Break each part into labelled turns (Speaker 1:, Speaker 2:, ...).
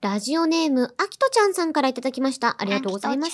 Speaker 1: ラジオネーム、あきとちゃんさんからいただきました。あ
Speaker 2: あ
Speaker 1: りがとうございます。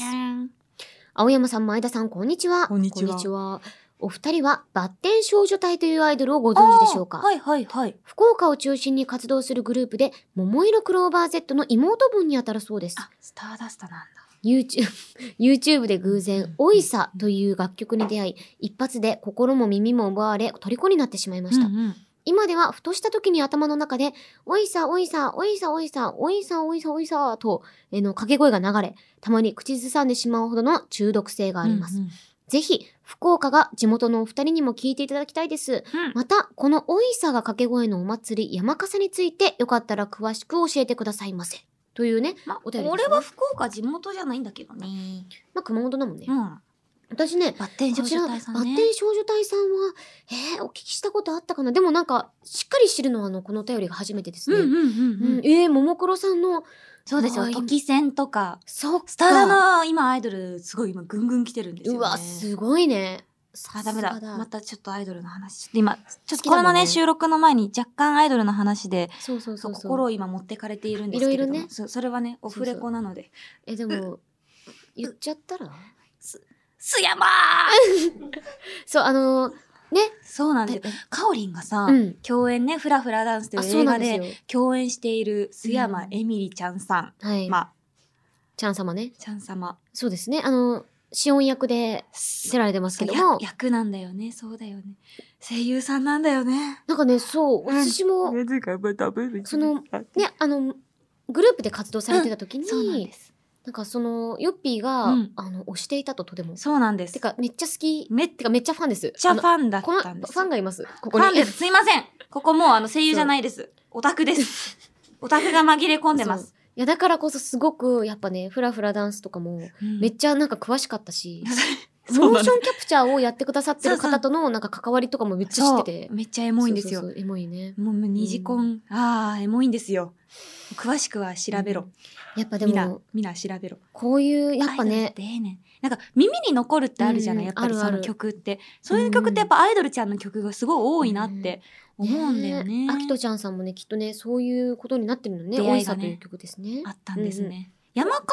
Speaker 1: 青山さん、前田さん、こんにちは。
Speaker 2: こんにちは
Speaker 1: お二人は、バッテン少女隊というアイドルをご存知でしょうか、
Speaker 2: はいはいはい。
Speaker 1: 福岡を中心に活動するグループで、桃色クローバー Z の妹分にあたるそうです。、
Speaker 2: スターダストなんだ。
Speaker 1: YouTube, YouTube で偶然、オイサ
Speaker 2: うん
Speaker 1: という楽曲に出会い、一発で心も耳も奪われ、虜になってしまいました。
Speaker 2: うん
Speaker 1: 今では、ふとした時に頭の中で、おいさ、おいさ、おいさ、おいさ、おいさ、おいさ、おいさ、と、えーの掛け声が流れ、たまに口ずさんでしまうほどの中毒性があります。
Speaker 2: うん
Speaker 1: ぜひ、福岡が地元のお二人にも聞いていただきたいです。
Speaker 2: うん
Speaker 1: また、このおいさが掛け声のお祭り、山笠について、よかったら詳しく教えてくださいませ。というね、
Speaker 2: ま
Speaker 1: お便りですね
Speaker 2: 俺は福岡地元じゃないんだけどね。
Speaker 1: まあ、熊本だもんね。
Speaker 2: ん。バ
Speaker 1: 私ね、
Speaker 2: ッテン
Speaker 1: こ
Speaker 2: 少
Speaker 1: ちら、
Speaker 2: 女
Speaker 1: バ
Speaker 2: 隊さん
Speaker 1: ッ
Speaker 2: ね
Speaker 1: テ。ン少女隊さんは、えー、お聞きしたことあったかなでもなんか、しっかり知るのは、あの、このお便りが初めてですね。
Speaker 2: うん
Speaker 1: うんえー、ももクロさんの、
Speaker 2: そうですよ。
Speaker 1: はい
Speaker 2: 時戦とか。
Speaker 1: そっか。
Speaker 2: スタダの今アイドルすごい今ぐんぐん来てるんですよ、ね。
Speaker 1: うわ、すごいね。
Speaker 2: あ、
Speaker 1: さ
Speaker 2: ダ
Speaker 1: す
Speaker 2: メ
Speaker 1: が
Speaker 2: だ。またちょっとアイドルの話。ちょっと今、ちょっ
Speaker 1: 好
Speaker 2: と
Speaker 1: き
Speaker 2: こ
Speaker 1: だ
Speaker 2: れ
Speaker 1: も
Speaker 2: も
Speaker 1: んね
Speaker 2: ね、収録の前に若干アイドルの話で、
Speaker 1: そうそう
Speaker 2: そ
Speaker 1: そううそう。
Speaker 2: 心を今持ってかれているんですけれども。
Speaker 1: いろいろね
Speaker 2: そうそれはね、オフレコなので。
Speaker 1: え、でも、言っちゃったら
Speaker 2: すやまー
Speaker 1: そう、あのー、
Speaker 2: そうなんですよ。かおりんがさ、
Speaker 1: うん。
Speaker 2: 共演ね、フラフラダンスとい
Speaker 1: あ、
Speaker 2: う
Speaker 1: そう
Speaker 2: 映
Speaker 1: な
Speaker 2: 画
Speaker 1: んです
Speaker 2: で
Speaker 1: よ。
Speaker 2: 共演している須
Speaker 1: う
Speaker 2: 山
Speaker 1: ん
Speaker 2: えみりちゃんさん。
Speaker 1: はい。
Speaker 2: まあ、
Speaker 1: ちゃん様ね。
Speaker 2: ちゃん様。
Speaker 1: そうですね。あの、シオン役で出られてますけど
Speaker 2: そう
Speaker 1: も
Speaker 2: や、役なんだよね。そうだよね。声優さんなんだよね。
Speaker 1: なんかね、そう、
Speaker 2: うん
Speaker 1: 私も、ね、そのあの、グループで活動されてた時に、
Speaker 2: そうなんです。
Speaker 1: なんかその、ヨッピーが、
Speaker 2: うん
Speaker 1: あの、推していたととても。
Speaker 2: そうなんです。
Speaker 1: てか、めっちゃ好き。
Speaker 2: めっ
Speaker 1: てか、めっちゃファンです。
Speaker 2: ちゃ
Speaker 1: あ
Speaker 2: フ
Speaker 1: の
Speaker 2: ァンだっ
Speaker 1: この、フ
Speaker 2: たんです。
Speaker 1: ァンがいます。こ
Speaker 2: フ
Speaker 1: こ
Speaker 2: ァン
Speaker 1: に
Speaker 2: で。す。すいません。ここもうあの声優じゃないです。オタクです。オタクが紛れ込んでま
Speaker 1: そ
Speaker 2: す。
Speaker 1: いや、だからこそすごく、やっぱね、フラフラダンスとかも、めっ
Speaker 2: ち
Speaker 1: ちゃなんか詳しかった し、
Speaker 2: ゃ
Speaker 1: モーショ
Speaker 2: ン
Speaker 1: ンキャプチャーをやってくださってる方とのなんか関わりとかもめっちゃ知ってて。
Speaker 2: めっちゃエモいんです
Speaker 1: そう
Speaker 2: よ。
Speaker 1: そうそうエモいね。
Speaker 2: もう二次コン、ああ、エモいんですよ。詳しくは調べろ。
Speaker 1: やっぱで
Speaker 2: みんな
Speaker 1: も、、
Speaker 2: みんな調べろ。
Speaker 1: こういう、やっぱ
Speaker 2: アイドル
Speaker 1: ね
Speaker 2: っ、てええねん。なんか耳に残るってあるじゃな
Speaker 1: う
Speaker 2: い、
Speaker 1: ん
Speaker 2: やっぱり
Speaker 1: あ
Speaker 2: そ
Speaker 1: るあ
Speaker 2: の
Speaker 1: る
Speaker 2: 曲って。そういう曲ってやっぱアイドルちゃんの曲がすごい多いなって思うんだよね。
Speaker 1: あきとちゃんさんもね、きっとね、そういうことになってるのね。
Speaker 2: 出
Speaker 1: お
Speaker 2: 会
Speaker 1: い
Speaker 2: いが
Speaker 1: さ
Speaker 2: ね
Speaker 1: という曲ですね。
Speaker 2: あったんですね。山笠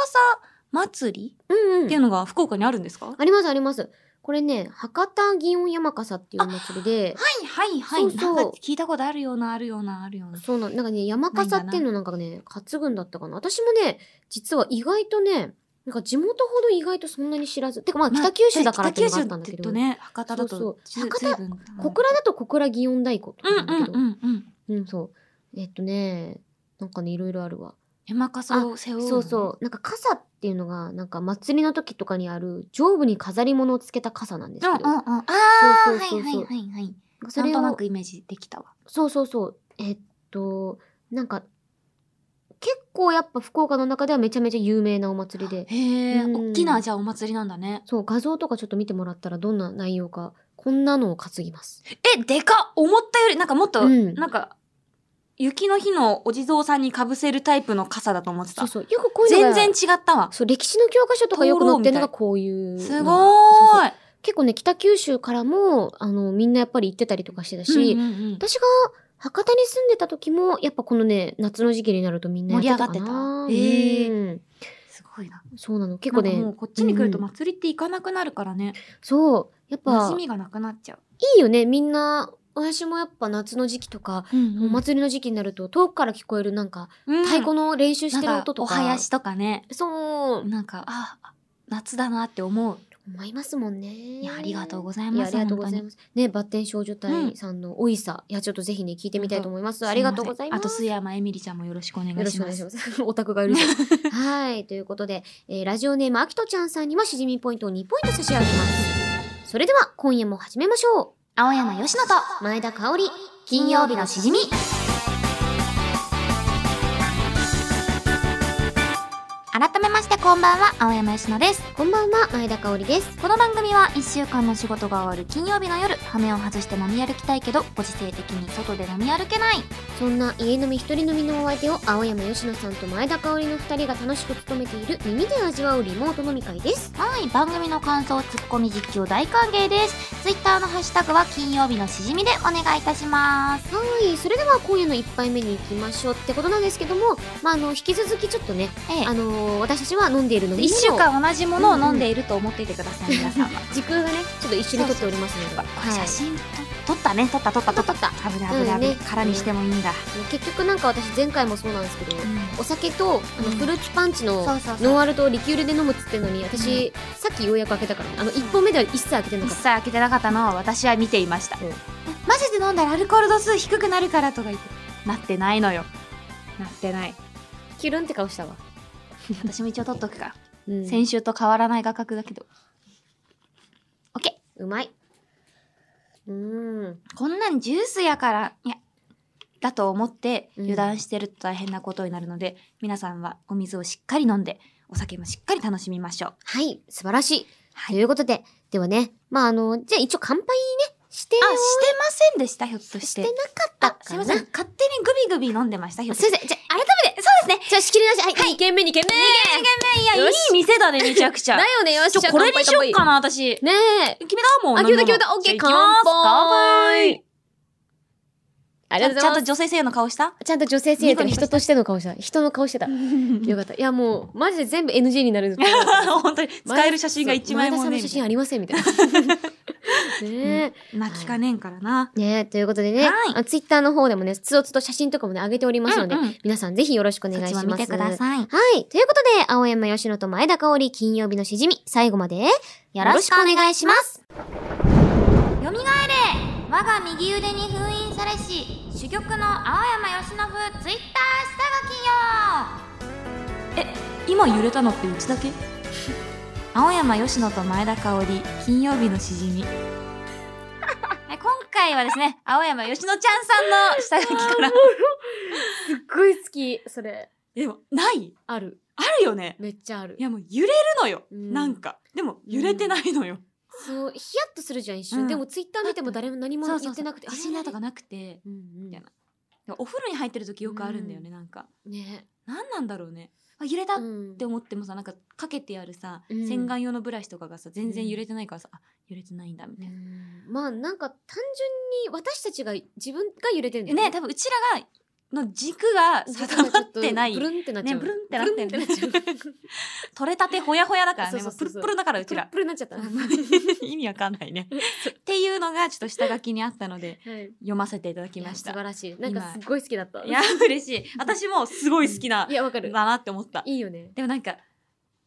Speaker 2: 祭り
Speaker 1: うんう
Speaker 2: っ
Speaker 1: ん
Speaker 2: てい。うのが福岡にあるんですか、は
Speaker 1: ありますあります。これね、博多祇園山笠っていうお祭りで、
Speaker 2: いはいはいそうそう
Speaker 1: な
Speaker 2: なん
Speaker 1: か
Speaker 2: んか聞いたことあるようなあるようなあるような。
Speaker 1: そうなん、なんかね、山笠っていうのなんかね、担ぐんだったかな。私もね、実は意外とね、なんか地元ほど意外とそんなに知らず。てかまあ北九州だからっていうのがあったんだけ
Speaker 2: 北九州って
Speaker 1: ど、
Speaker 2: とね博多だ
Speaker 1: そうそう
Speaker 2: とず
Speaker 1: 博多
Speaker 2: ずいぶん
Speaker 1: 小倉だと小倉祇園太鼓とかなんだけど、
Speaker 2: うんうんうんうん。
Speaker 1: うんそう。えっとね、なんかね、いろいろあるわ。
Speaker 2: 山笠を背負うのね。
Speaker 1: そうそう。なんか傘っていうのが、なんか祭りの時とかにある、上部に飾り物をつけた傘なんです
Speaker 2: うん
Speaker 1: け
Speaker 2: う
Speaker 1: ど、
Speaker 2: んうん。ああ
Speaker 1: そ
Speaker 2: は
Speaker 1: う
Speaker 2: い
Speaker 1: そうそう
Speaker 2: はい
Speaker 1: そう
Speaker 2: はいはい。
Speaker 1: そ
Speaker 2: なん
Speaker 1: れ
Speaker 2: とな
Speaker 1: を
Speaker 2: く、イメージできたわ。
Speaker 1: そうそうそう。えっと、なんか、結構やっぱ福岡の中ではめちゃめちゃ有名なお祭りで、
Speaker 2: へえ、
Speaker 1: うん
Speaker 2: 大きなじゃあお祭りなんだね。
Speaker 1: そう、画像とかちょっと見てもらったらどんな内容か、こんなのを担ぎます。
Speaker 2: え、でかっ思ったより、なんかもっと、
Speaker 1: うん
Speaker 2: なんか、雪の日のお地蔵さんにかぶせるタイプの傘だと思って
Speaker 1: そう
Speaker 2: た。
Speaker 1: そう。よくこういうの
Speaker 2: 全
Speaker 1: が、
Speaker 2: 然違ったわ。
Speaker 1: そう、歴史の教科書とかよく載ってるのが
Speaker 2: 灯籠みたい
Speaker 1: こういうの。
Speaker 2: す
Speaker 1: そう
Speaker 2: ご
Speaker 1: そう
Speaker 2: ーい。
Speaker 1: 結構ね、北九州からも、あの、みんなやっぱり行ってたりとかしてたし、
Speaker 2: うんうんうん
Speaker 1: 私が博多に住んでた時も、やっぱこのね、夏の時期になるとみんなやってたかな。
Speaker 2: 盛り上
Speaker 1: がって
Speaker 2: すごいな。
Speaker 1: た。そうなの。結
Speaker 2: な
Speaker 1: 構
Speaker 2: んか
Speaker 1: ね
Speaker 2: も、うこっちに来ると
Speaker 1: うん
Speaker 2: 祭りって行かなくなるからね。
Speaker 1: そう、やっ
Speaker 2: 馴
Speaker 1: ぱ
Speaker 2: 染、みがなくなっちゃう。
Speaker 1: いいよね、みんな。私もやっぱ夏の時期とか、
Speaker 2: うん
Speaker 1: お祭りの時期になると、遠くから聞こえるなんか、
Speaker 2: うん
Speaker 1: 太鼓の練習してる音とか。
Speaker 2: なんお囃子とかね。
Speaker 1: そう、
Speaker 2: なんか、あ、あ夏だなって思う。
Speaker 1: 思いますもんね。い
Speaker 2: いや、ありがとうござい
Speaker 1: いや、
Speaker 2: ま
Speaker 1: あ
Speaker 2: す。
Speaker 1: りがとうございます。ね、バッテン少女
Speaker 2: う
Speaker 1: 隊
Speaker 2: ん
Speaker 1: さんのおいさ、いや、ちょっとぜひね、聞いてみたいと思います。
Speaker 2: 本当に
Speaker 1: ありがとうございます。
Speaker 2: あと、須山えみりちゃんもよろしくお願いし
Speaker 1: よ
Speaker 2: ま
Speaker 1: ろ
Speaker 2: す。
Speaker 1: しくお願いします。 オタクが許せない。はい。ということで、えーラジオネーム、あきとちゃんさんにはしじみポイントを2ポイント差し上げます。それでは、今夜も始めましょ
Speaker 2: 青山よしのと、
Speaker 1: う。前田香織、金曜日のしじみ。
Speaker 2: 改めまましてこんばんは、青山よしのです。
Speaker 1: こんばんは、前田香織です。
Speaker 2: この番組は1週間の仕事が終わる金曜日の夜、羽目を外して飲み歩きたいけど、ご時世的に外で飲み歩けない。
Speaker 1: そんな家飲み一人飲みのお相手を青山吉乃さんと前田香織の二人が楽しく務めている耳で味わうリモート飲み会です。
Speaker 2: はい、番組の感想、ツッコミ、実況大歓迎です。ツイッターのハッシュタグは金曜日のしじみでお願いいたします。
Speaker 1: はい、それでは今夜の一杯目に行きましょうってことなんですけども、まあ、あの、引き続きちょっとね、
Speaker 2: ええ
Speaker 1: あ、のー私たちは飲んでいる飲み物を
Speaker 2: 一週間同じものを飲んでいると思っていてください、皆さん は。
Speaker 1: 時空がね、ちょっと一緒に撮っておりますので。はい
Speaker 2: 写真と撮ったね撮った撮った撮った
Speaker 1: 撮っ
Speaker 2: 危ない危ない危ない、
Speaker 1: うんね
Speaker 2: 空にしてもいいんだ、
Speaker 1: 結局なんか私前回もそうなんですけど、お酒とあの
Speaker 2: うん
Speaker 1: フルーツパンチの
Speaker 2: そうそうそう
Speaker 1: ノンアルとリキュールで飲むっつってんのに私、さっきようやく開けたからねあの1本目では一切開けてなか
Speaker 2: 一
Speaker 1: っ
Speaker 2: 切開けてなかったのは私は見ていました、
Speaker 1: うん
Speaker 2: えマジで飲んだらアルコール度数低くなるからとか言ってなってないのよなってない
Speaker 1: たキュルンって顔したわ、
Speaker 2: 私も一応取っとくから、
Speaker 1: うん
Speaker 2: 先週と変わらない画角だけど OK
Speaker 1: うまいうーん
Speaker 2: こんなんジュースやからいやだと思って
Speaker 1: うん
Speaker 2: 油断してると大変なことになるので、皆さんはお水をしっかり飲んでお酒もしっかり楽しみましょう
Speaker 1: はい素晴らしい、ということでではねまああのじゃあ一応乾杯ねしてよ
Speaker 2: あ、してませんでした、ひょっとして。
Speaker 1: してなかった
Speaker 2: す
Speaker 1: か
Speaker 2: い
Speaker 1: な
Speaker 2: ません。勝手にグビグビ飲んでました、ひょっと
Speaker 1: すい
Speaker 2: して。
Speaker 1: ませんじゃあ
Speaker 2: 改めて、そうですね。
Speaker 1: じゃあ仕切りなしはい、はい、2軒目2軒目
Speaker 2: いや、い
Speaker 1: よ
Speaker 2: い
Speaker 1: し
Speaker 2: 店だね、めちゃくちゃ。
Speaker 1: だよねよし
Speaker 2: ちょ、
Speaker 1: じゃあ
Speaker 2: これにしよっか
Speaker 1: 乾杯
Speaker 2: な、私。
Speaker 1: 乾杯ねえ
Speaker 2: 決めたもう。
Speaker 1: あ、
Speaker 2: 飲み
Speaker 1: 決めた決め
Speaker 2: 物
Speaker 1: た。オッケー、
Speaker 2: じ
Speaker 1: 乾
Speaker 2: ゃあ行きます
Speaker 1: 杯。あ
Speaker 2: 乾
Speaker 1: りがとうござい
Speaker 2: 杯ちゃん
Speaker 1: ま
Speaker 2: と
Speaker 1: す。
Speaker 2: 女性性の顔した
Speaker 1: ちゃんと女性性と
Speaker 2: ニコニコした
Speaker 1: 人としての顔した。人の顔してた。よか った。いや、もう、マジで全部 NG になる。
Speaker 2: 本当に、 使える写真が一枚
Speaker 1: 前田
Speaker 2: も
Speaker 1: さんの
Speaker 2: ね
Speaker 1: 写
Speaker 2: え。
Speaker 1: 真ありません、みたいな。 ね
Speaker 2: 泣きかねんからな。
Speaker 1: え。ねえ、ということでね
Speaker 2: はい、
Speaker 1: あツイッターの方でもね、つどつど写真とかもね、上げておりますので
Speaker 2: うんうん、
Speaker 1: 皆さんぜひよろしくお願
Speaker 2: そ
Speaker 1: いし
Speaker 2: っち
Speaker 1: ま
Speaker 2: も
Speaker 1: す。
Speaker 2: 見てください。
Speaker 1: はい。ということで、青山吉野と前田香織、金曜日のしじみ、最後までよ
Speaker 2: よ
Speaker 1: ろ
Speaker 2: ろ
Speaker 1: し
Speaker 2: し
Speaker 1: く
Speaker 2: く
Speaker 1: お
Speaker 2: お
Speaker 1: 願いします。
Speaker 2: よみがえれ我が右腕に封印されし珠玉の青山由伸ツイッター下書きよえ今揺れたのってうちだけ 青山由伸と前田香織金曜日のしじ みえ今回はですね青山由伸ちゃんさんの下書きから
Speaker 1: すっごい好き、それ。
Speaker 3: でも、ない
Speaker 1: ある。
Speaker 3: あるよね。
Speaker 1: めっちゃある
Speaker 3: い。やもう揺れるのよ。
Speaker 1: うん
Speaker 3: なんか。でも揺れてないのよ。
Speaker 1: そう、ヒヤッとするじゃん、一瞬。
Speaker 3: うん
Speaker 1: でも、ツイッター見ても誰も何も言ってなくて。
Speaker 2: 自信だとか
Speaker 1: ね。
Speaker 2: なくて
Speaker 1: うんうん
Speaker 3: いやでもお風呂に入ってる時よくあるんだよね、なんか。
Speaker 1: ね。
Speaker 3: なんなんだろうね。
Speaker 2: あ揺れた
Speaker 1: う
Speaker 2: っ
Speaker 1: ん
Speaker 3: って思ってもさなんかかけてあるさ、
Speaker 1: うん
Speaker 3: 洗顔用のブラシとかがさ全然揺れてないからさ、あ揺れてないんだみた
Speaker 1: う
Speaker 3: いな。
Speaker 1: んまあ、なんか、単純に私たちが、自分が揺れてるんだ
Speaker 3: え
Speaker 1: よ
Speaker 3: ね多分うちらがの軸が定まってない
Speaker 1: ブルンってなっちゃ
Speaker 3: ね
Speaker 1: う。
Speaker 3: ブルンってなってる
Speaker 1: ブルンってなっちゃう。
Speaker 3: 取れたてほやほやだから
Speaker 1: そう
Speaker 3: ね
Speaker 1: そ
Speaker 3: も
Speaker 1: う
Speaker 3: う
Speaker 1: そ
Speaker 3: プ
Speaker 1: う
Speaker 3: ル
Speaker 1: そう
Speaker 3: ップルだからう
Speaker 1: プ
Speaker 3: ち
Speaker 1: ルッ
Speaker 3: ら。
Speaker 1: プルになっちゃった。
Speaker 3: 意味わかんない ね。っていうのがちょっと下書きにあったので
Speaker 1: はい
Speaker 3: 読ませていただきまし
Speaker 1: いや素
Speaker 3: た。
Speaker 1: 晴らしい。なんか、すっごい好きだった。
Speaker 3: いや、嬉しい。私もすごい好きな、
Speaker 1: いや、わかる。
Speaker 3: だなって思った。
Speaker 1: いいよね。
Speaker 3: でもなんか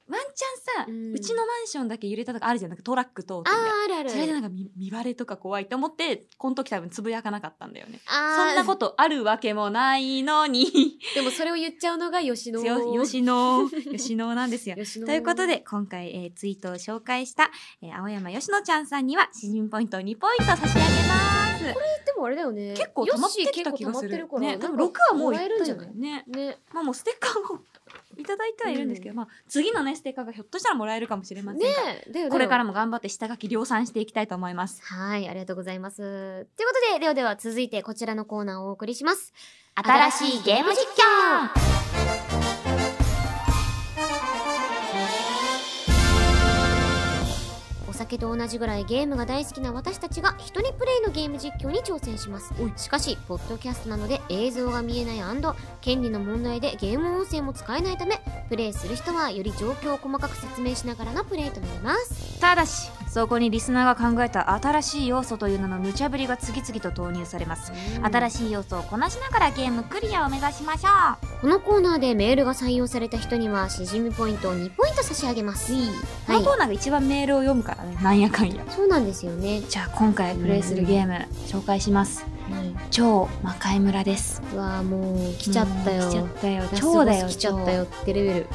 Speaker 3: ワンチャンさ、
Speaker 1: う
Speaker 3: うんちのマンションだけ揺れたとかあるじゃんなんかトラック通ってみ
Speaker 1: あ
Speaker 3: たいな
Speaker 1: ー、あるあるあ
Speaker 3: それでな
Speaker 1: る。
Speaker 3: んか見見バレとか怖いと思ってこの時多分つぶやかなかったんだよね
Speaker 1: あー
Speaker 3: そんなことあるわけもないのに
Speaker 1: でも、それを言っちゃうのが吉野。
Speaker 3: よしのよしのなん ですよ
Speaker 1: 吉野。
Speaker 3: ということで今回、えーツイートを紹介した、えー青山よしのちゃんさんには詩人ポイントを2ポイント差し上げます
Speaker 1: でもあれだよね。
Speaker 3: 結構溜まってきた気がす
Speaker 1: よし結構溜まっ
Speaker 3: るね
Speaker 1: てるから。
Speaker 3: 多分
Speaker 1: なん
Speaker 3: 6
Speaker 1: か
Speaker 3: はもう
Speaker 1: も
Speaker 3: いった
Speaker 1: らえ
Speaker 3: ん
Speaker 1: るんじ
Speaker 3: じ
Speaker 1: ゃ
Speaker 3: ゃ
Speaker 1: な
Speaker 3: ないいね
Speaker 1: ね。
Speaker 3: まあもうステッカーもいただいてはいるんですけど、
Speaker 1: う
Speaker 3: まあ次のねステッカーがひょっとしたらもらえるかもしれませんが、
Speaker 1: ねえ、だよね。
Speaker 3: これからも頑張って下書き量産していきたいと思います
Speaker 1: はい、ありがとうございます。ということで、ではでは続いてこちらのコーナーをお送りします。
Speaker 2: 新しいゲーム実況
Speaker 1: お酒と同じぐらいゲームが大好きな私たちが一人プレイのゲーム実況に挑戦しますしかしポッドキャストなので映像が見えない権利の問題でゲーム音声も使えないためプレイする人はより状況を細かく説明しながらのプレイとなります
Speaker 2: ただしそこにリスナーが考えた新しい要素という名の無茶ぶりが次々と投入されます新
Speaker 1: い
Speaker 2: しい要素をこなしながらゲームクリアを目指しましょ
Speaker 1: このコーナーでメールが採用された人にはしじみポイントを2ポイント差し上げます
Speaker 2: う、
Speaker 1: はい
Speaker 2: このコーナーが一番メールを読むからねなんやかんや
Speaker 1: そうなんですよね、
Speaker 2: じゃあ今回プレイするゲーム紹介します超魔界村です
Speaker 1: うわあもう来ちゃったよ
Speaker 2: うん来ちゃったよ
Speaker 1: ラス
Speaker 2: 超
Speaker 1: ボ
Speaker 2: だ
Speaker 1: ス
Speaker 2: よ
Speaker 1: 来ちゃったよってレベル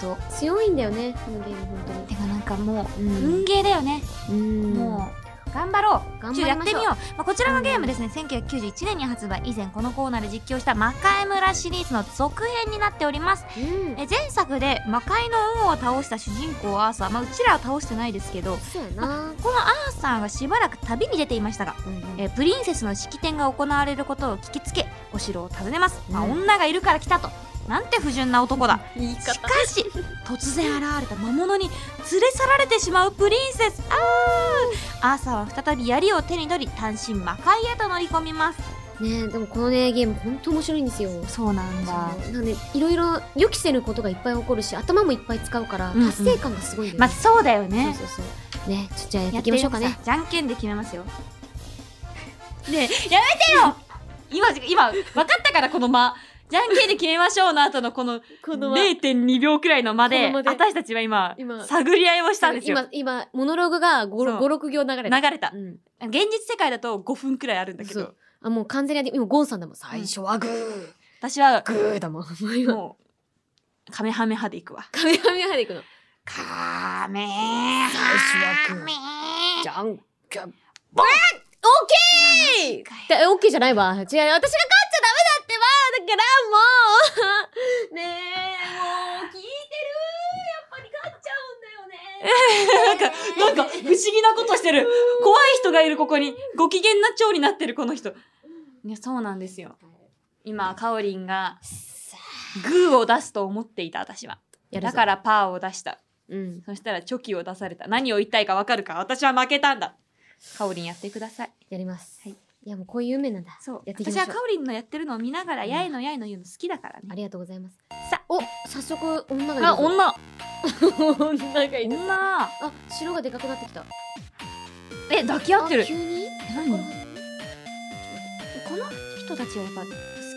Speaker 2: 超ほん
Speaker 1: 強いんだよねこのゲーム本
Speaker 2: とてかなんかも
Speaker 1: 当
Speaker 2: う
Speaker 1: に、
Speaker 2: 運ゲーだよね、
Speaker 1: うん
Speaker 2: もう頑張ろう
Speaker 1: 頑
Speaker 2: ち
Speaker 1: 張
Speaker 2: ょ
Speaker 1: り
Speaker 2: やっ
Speaker 1: ま
Speaker 2: て
Speaker 1: しょ
Speaker 2: み
Speaker 1: う
Speaker 2: ようまあ、こちらのゲームですね、1991年に発売以前このコーナーで実況した「魔界村」シリーズの続編になっております
Speaker 1: うん
Speaker 2: え前作で魔界の王を倒した主人公アーサー、まあ、うちらは倒してないですけど
Speaker 1: そうやな
Speaker 2: このアーサーがしばらく旅に出ていましたが、
Speaker 1: うんうん
Speaker 2: えプリンセスの式典が行われることを聞きつけお城を訪ねます、まあ、
Speaker 1: うん
Speaker 2: 女がいるから来たとなんて不純な男だ
Speaker 1: 言い
Speaker 2: しかし突然現れた魔物に連れ去られてしまうプリンセスあーアーサーは再び槍を手に取り単身魔界へと乗り込みます
Speaker 1: ねでもこのねゲームほんと面白いんですよ
Speaker 2: そうなん
Speaker 1: そうなんでいろいろ予期せぬことがいっぱい起こるし頭もいっぱい使うから
Speaker 2: うんうん
Speaker 1: 達成感がすごいんだよ
Speaker 2: まあ
Speaker 1: ね、
Speaker 2: そうだよね
Speaker 1: そうそうそうねちょっとじゃあやっていきましょうかね
Speaker 2: じゃんけんで決めますよ。ねえやめてよ今、今、分かったからこの間。じゃんけんで決めましょうの後のこの
Speaker 1: こ
Speaker 2: 0.2秒くらいの間で、
Speaker 1: この間で
Speaker 2: 私たちは今、
Speaker 1: 今
Speaker 2: 探り合いをしたんですよ。
Speaker 1: 今今モノローグが
Speaker 2: そう
Speaker 1: 56行流れた
Speaker 2: 流れた
Speaker 1: う。ん
Speaker 2: 現実世界だと5分くらいあるんだけ
Speaker 1: そ
Speaker 2: ど
Speaker 1: う、あもう完全に今ゴンさんだもん最初はグー
Speaker 2: 私は、
Speaker 1: グーだもん今
Speaker 2: もう、カメハメ派でいくわ。
Speaker 1: カメハメ派でいくの
Speaker 2: カメハ
Speaker 1: 最初はグー
Speaker 2: メ
Speaker 1: じゃんけんボンオッケーだオッケーじゃないわ違う私が勝っちゃダメだってばだからもう ねえもう聞いてるやっぱり勝っちゃうんだよね
Speaker 2: なんか不思議なことしてる怖い人がいるここにご機嫌な蝶になってるこの人いやそうなんですよ今かおりんがグーを出すと思っていた私は
Speaker 1: やる
Speaker 2: だ
Speaker 1: ぞ
Speaker 2: からパーを出した
Speaker 1: うん
Speaker 2: そしたらチョキを出された何を言いたいかわかるか私は負けたんだかおりんやってください
Speaker 1: やります、
Speaker 2: はい
Speaker 1: い、やもうこういう夢なんだ
Speaker 2: そう
Speaker 1: やっていきましょ
Speaker 2: 私
Speaker 1: う
Speaker 2: はかおりんのやってるのを見ながら
Speaker 1: うん
Speaker 2: やいのやいの言うの好きだから
Speaker 1: あ
Speaker 2: ね
Speaker 1: りがとうございます
Speaker 2: さ
Speaker 1: お早速女がいるぞ
Speaker 2: あ 女
Speaker 1: 女がいる
Speaker 2: 女
Speaker 1: あ白がでかくなってきた
Speaker 2: え抱き合ってる
Speaker 1: あ急に
Speaker 2: 何この人たちはやっぱ好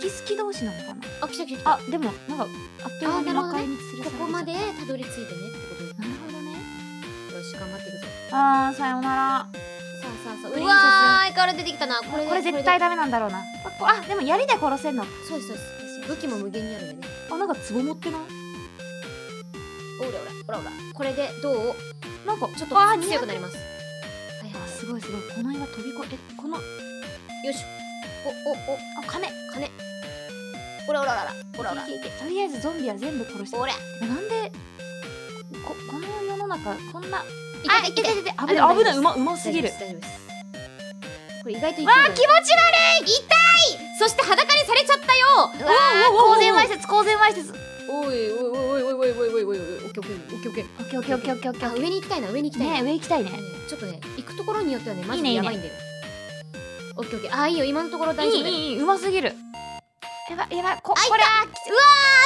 Speaker 2: き好き同士なのかな
Speaker 1: あ来た来た来た
Speaker 2: あでもなんかあっという間に魔界に連
Speaker 1: こ
Speaker 2: れ去られちゃった
Speaker 1: こまでたどり着いてねってことです
Speaker 2: なるほどね
Speaker 1: よし頑張っていくぞ
Speaker 2: あーさような
Speaker 1: さあさあさあ
Speaker 2: プリ
Speaker 1: う
Speaker 2: ンセス
Speaker 1: わー相変わらず出てきたなこれ
Speaker 2: ら
Speaker 1: で
Speaker 2: これ絶対
Speaker 1: だ
Speaker 2: ダメなんだろうなあでも槍で殺せんの
Speaker 1: そうですそうです武器も無限にあるんでね
Speaker 2: あなんか壺持ってない
Speaker 1: オラオラオラオラこれでどう
Speaker 2: なんか
Speaker 1: ちょっ
Speaker 2: あー
Speaker 1: と強くなりますはいは
Speaker 2: あ
Speaker 1: い
Speaker 2: すごいすごいこの岩飛び越えこのあ
Speaker 1: よいしょおおお
Speaker 2: 金
Speaker 1: 金オラオラオラオラオラ
Speaker 2: いけいけいけとりあえずゾンビは全部殺して
Speaker 1: オラ
Speaker 2: てかなんでここの世の中こんな
Speaker 1: あいけいけ
Speaker 2: いて
Speaker 1: あ
Speaker 2: 危
Speaker 1: でも
Speaker 2: ない
Speaker 1: 大
Speaker 2: 危
Speaker 1: 丈
Speaker 2: な
Speaker 1: 夫
Speaker 2: いうまうますぎる
Speaker 1: 大丈夫ですこれ意外といける
Speaker 2: わー気持ち
Speaker 1: 悪い痛いそして裸にされちゃったよわ
Speaker 2: わー公然わいせつ公然わいせつ
Speaker 1: おいおいおいおいおいおいおいおいおいおいオッケーオッケーオッケーオッケー
Speaker 2: オッケーオッケーオッケーオッケーオッケ
Speaker 1: あ上に行きたいな上に行き
Speaker 2: ー
Speaker 1: たいな
Speaker 2: ね上行きたいね
Speaker 1: ちょっとね行くところによってはねマジ
Speaker 2: い
Speaker 1: で
Speaker 2: いね
Speaker 1: やばいんだよオッケーオッケーあーいいよ今のところ大丈夫だよ
Speaker 2: いいいいいうますぎるやばいやばいこ
Speaker 1: あいた
Speaker 2: これ
Speaker 1: あ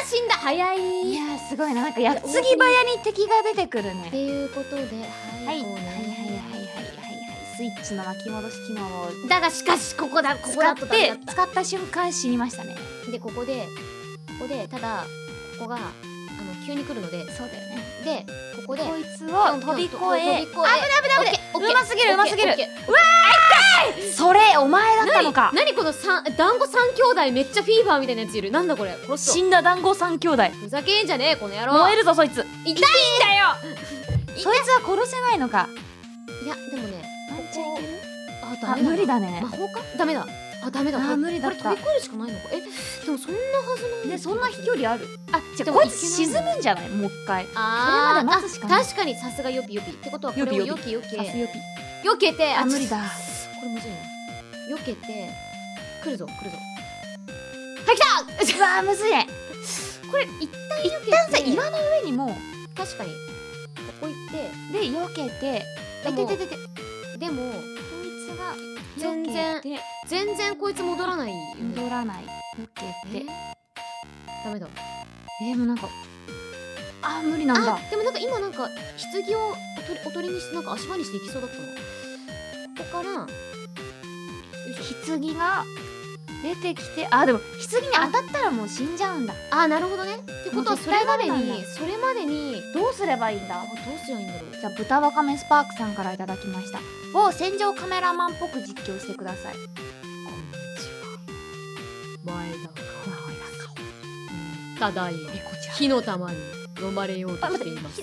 Speaker 1: ー死んだ早い
Speaker 2: い
Speaker 1: っ
Speaker 2: やーすごいななんか矢継ぎ早に敵が出てくる
Speaker 1: て
Speaker 2: ね
Speaker 1: いうことで
Speaker 2: はいはいはいはいはい
Speaker 1: こうね
Speaker 2: はいスイッチの巻き戻し機能を
Speaker 1: だがしかしここだここ
Speaker 2: 使
Speaker 1: だ
Speaker 2: っ
Speaker 1: とダメだ
Speaker 2: て
Speaker 1: っ
Speaker 2: 使った瞬間死にましたね
Speaker 1: たでここでここでただここがあの急に来るので
Speaker 2: そうだよね
Speaker 1: でここで
Speaker 2: こいつを飛び越え
Speaker 1: 飛び越え
Speaker 2: 危ない危ない
Speaker 1: オッケ
Speaker 2: 危
Speaker 1: ーオッケー
Speaker 2: うますぎるうますぎる
Speaker 1: オッケーオッケー
Speaker 2: ないそれお前だったのか
Speaker 1: 何この三団子三兄弟めっちゃフィーバーみたいなやついるなんだこれ殺す
Speaker 2: 死んだ団子三兄弟
Speaker 1: ふざけんじゃねえこの野郎
Speaker 2: 燃えるぞそいつ
Speaker 1: 痛いんだよ
Speaker 2: そいつは殺せないのか
Speaker 1: いやでもね
Speaker 2: ワンチャンいける
Speaker 1: あダ
Speaker 2: あ
Speaker 1: メだな
Speaker 2: 無理だね
Speaker 1: 魔法かダメだあダメだ
Speaker 2: あー
Speaker 1: これ
Speaker 2: 無理だっ
Speaker 1: こ
Speaker 2: た
Speaker 1: れ飛び越えるしかないのかえでもそんなはずない
Speaker 2: ねそんな飛距離あるあ
Speaker 1: で
Speaker 2: 違う
Speaker 1: も
Speaker 2: こいつ
Speaker 1: いけ
Speaker 2: 沈むんじゃないもう一回それま
Speaker 1: あ
Speaker 2: で
Speaker 1: ー
Speaker 2: 待つしかない
Speaker 1: 確かにさすがよぴよぴってことはこれを
Speaker 2: よ
Speaker 1: よ
Speaker 2: ぴ
Speaker 1: きよけ
Speaker 2: さす
Speaker 1: よ
Speaker 2: よぴ
Speaker 1: けて
Speaker 2: あ
Speaker 1: ちょ
Speaker 2: 無理だ
Speaker 1: これむずいなよけて来るぞ来るぞはい来
Speaker 2: うわーむずいね
Speaker 1: たこれ一旦よけて
Speaker 2: さ岩の上にも
Speaker 1: 確かにここ行って
Speaker 2: うで避けて
Speaker 1: で
Speaker 2: あ
Speaker 1: も
Speaker 2: いててててこ
Speaker 1: でも
Speaker 2: いつは
Speaker 1: 全然
Speaker 2: 避けて
Speaker 1: 全然こいつ戻らないよね
Speaker 2: 戻らない避け
Speaker 1: え
Speaker 2: て
Speaker 1: ダメだ
Speaker 2: えー、もうなんかあー無理なんだ
Speaker 1: あでもなんか今なんか棺をおとりおとりにしてなんか足場にしていきそうだったのここからよいしょ
Speaker 2: 棺が出てきてあーでも棺に当たったらもう死んじゃうんだ
Speaker 1: あーなるほどねってこと
Speaker 2: もう
Speaker 1: は
Speaker 2: 絶
Speaker 1: それ
Speaker 2: 対
Speaker 1: まで
Speaker 2: なんだ
Speaker 1: にそれまでに
Speaker 2: どうすればいいんだ
Speaker 1: あどうすりゃいいんだろう
Speaker 2: じゃあ豚わかめスパークさんからいただきました某戦場カメラマンっぽく実況してください
Speaker 1: こんにちは前田かただいま火の玉に
Speaker 4: 飲まれようとしています